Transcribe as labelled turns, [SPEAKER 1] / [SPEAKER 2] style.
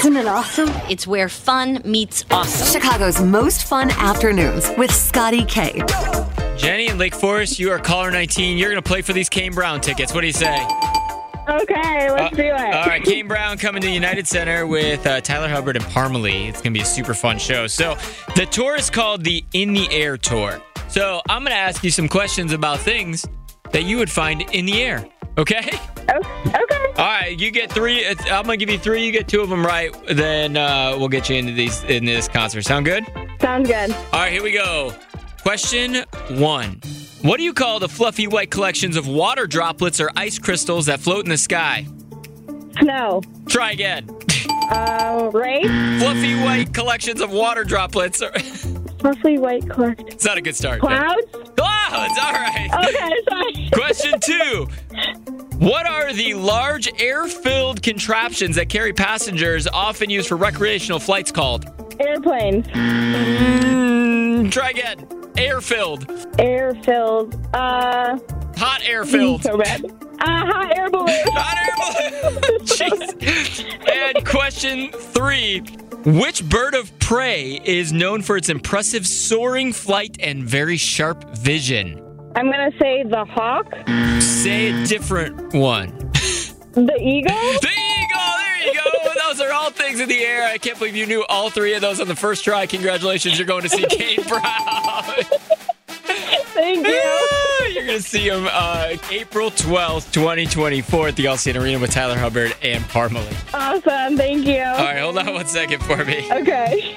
[SPEAKER 1] Isn't it awesome?
[SPEAKER 2] It's where fun meets awesome.
[SPEAKER 3] Chicago's most fun afternoons with Scotty K.
[SPEAKER 4] Jenny in Lake Forest, you are caller 19. You're going to play for these Kane Brown tickets. What do you say?
[SPEAKER 5] Okay, let's do it.
[SPEAKER 4] Uh, All right, Kane Brown coming to United Center with uh, Tyler Hubbard and Parmalee. It's going to be a super fun show. So, the tour is called the In the Air Tour. So, I'm going to ask you some questions about things that you would find in the air. Okay?
[SPEAKER 5] O- Okay.
[SPEAKER 4] All right, you get three. It's, I'm going to give you three. You get two of them right. Then uh, we'll get you into these in this concert. Sound good?
[SPEAKER 5] Sounds good.
[SPEAKER 4] All right, here we go. Question one. What do you call the fluffy white collections of water droplets or ice crystals that float in the sky?
[SPEAKER 5] Snow.
[SPEAKER 4] Try again.
[SPEAKER 5] Uh, rain.
[SPEAKER 4] fluffy white collections of water droplets. Are, it's
[SPEAKER 5] Mostly white clouds.
[SPEAKER 4] not a good start. Jen.
[SPEAKER 5] Clouds.
[SPEAKER 4] Clouds. All right.
[SPEAKER 5] Okay, sorry.
[SPEAKER 4] Question two. What are the large air-filled contraptions that carry passengers often used for recreational flights called?
[SPEAKER 5] Airplanes.
[SPEAKER 4] Mm, try again. Air-filled.
[SPEAKER 5] Air-filled. Uh,
[SPEAKER 4] Hot air-filled.
[SPEAKER 5] so bad. Uh, hot air balloon.
[SPEAKER 4] Hot air balloon. Jeez. And question three. Which bird of prey is known for its impressive soaring flight and very sharp vision?
[SPEAKER 5] I'm gonna say the hawk,
[SPEAKER 4] Say a different one.
[SPEAKER 5] the eagle.
[SPEAKER 4] The eagle! There you go! Those are all things in the air. I can't believe you knew all three of those on the first try. Congratulations, you're going to see Kane Brown.
[SPEAKER 5] Thank you.
[SPEAKER 4] You're going to see him uh, April 12th, 2024 at the Allstate Arena with Tyler Hubbard and Parmalee.
[SPEAKER 5] Awesome. Thank you.
[SPEAKER 4] All right, hold on one second for me.
[SPEAKER 5] Okay.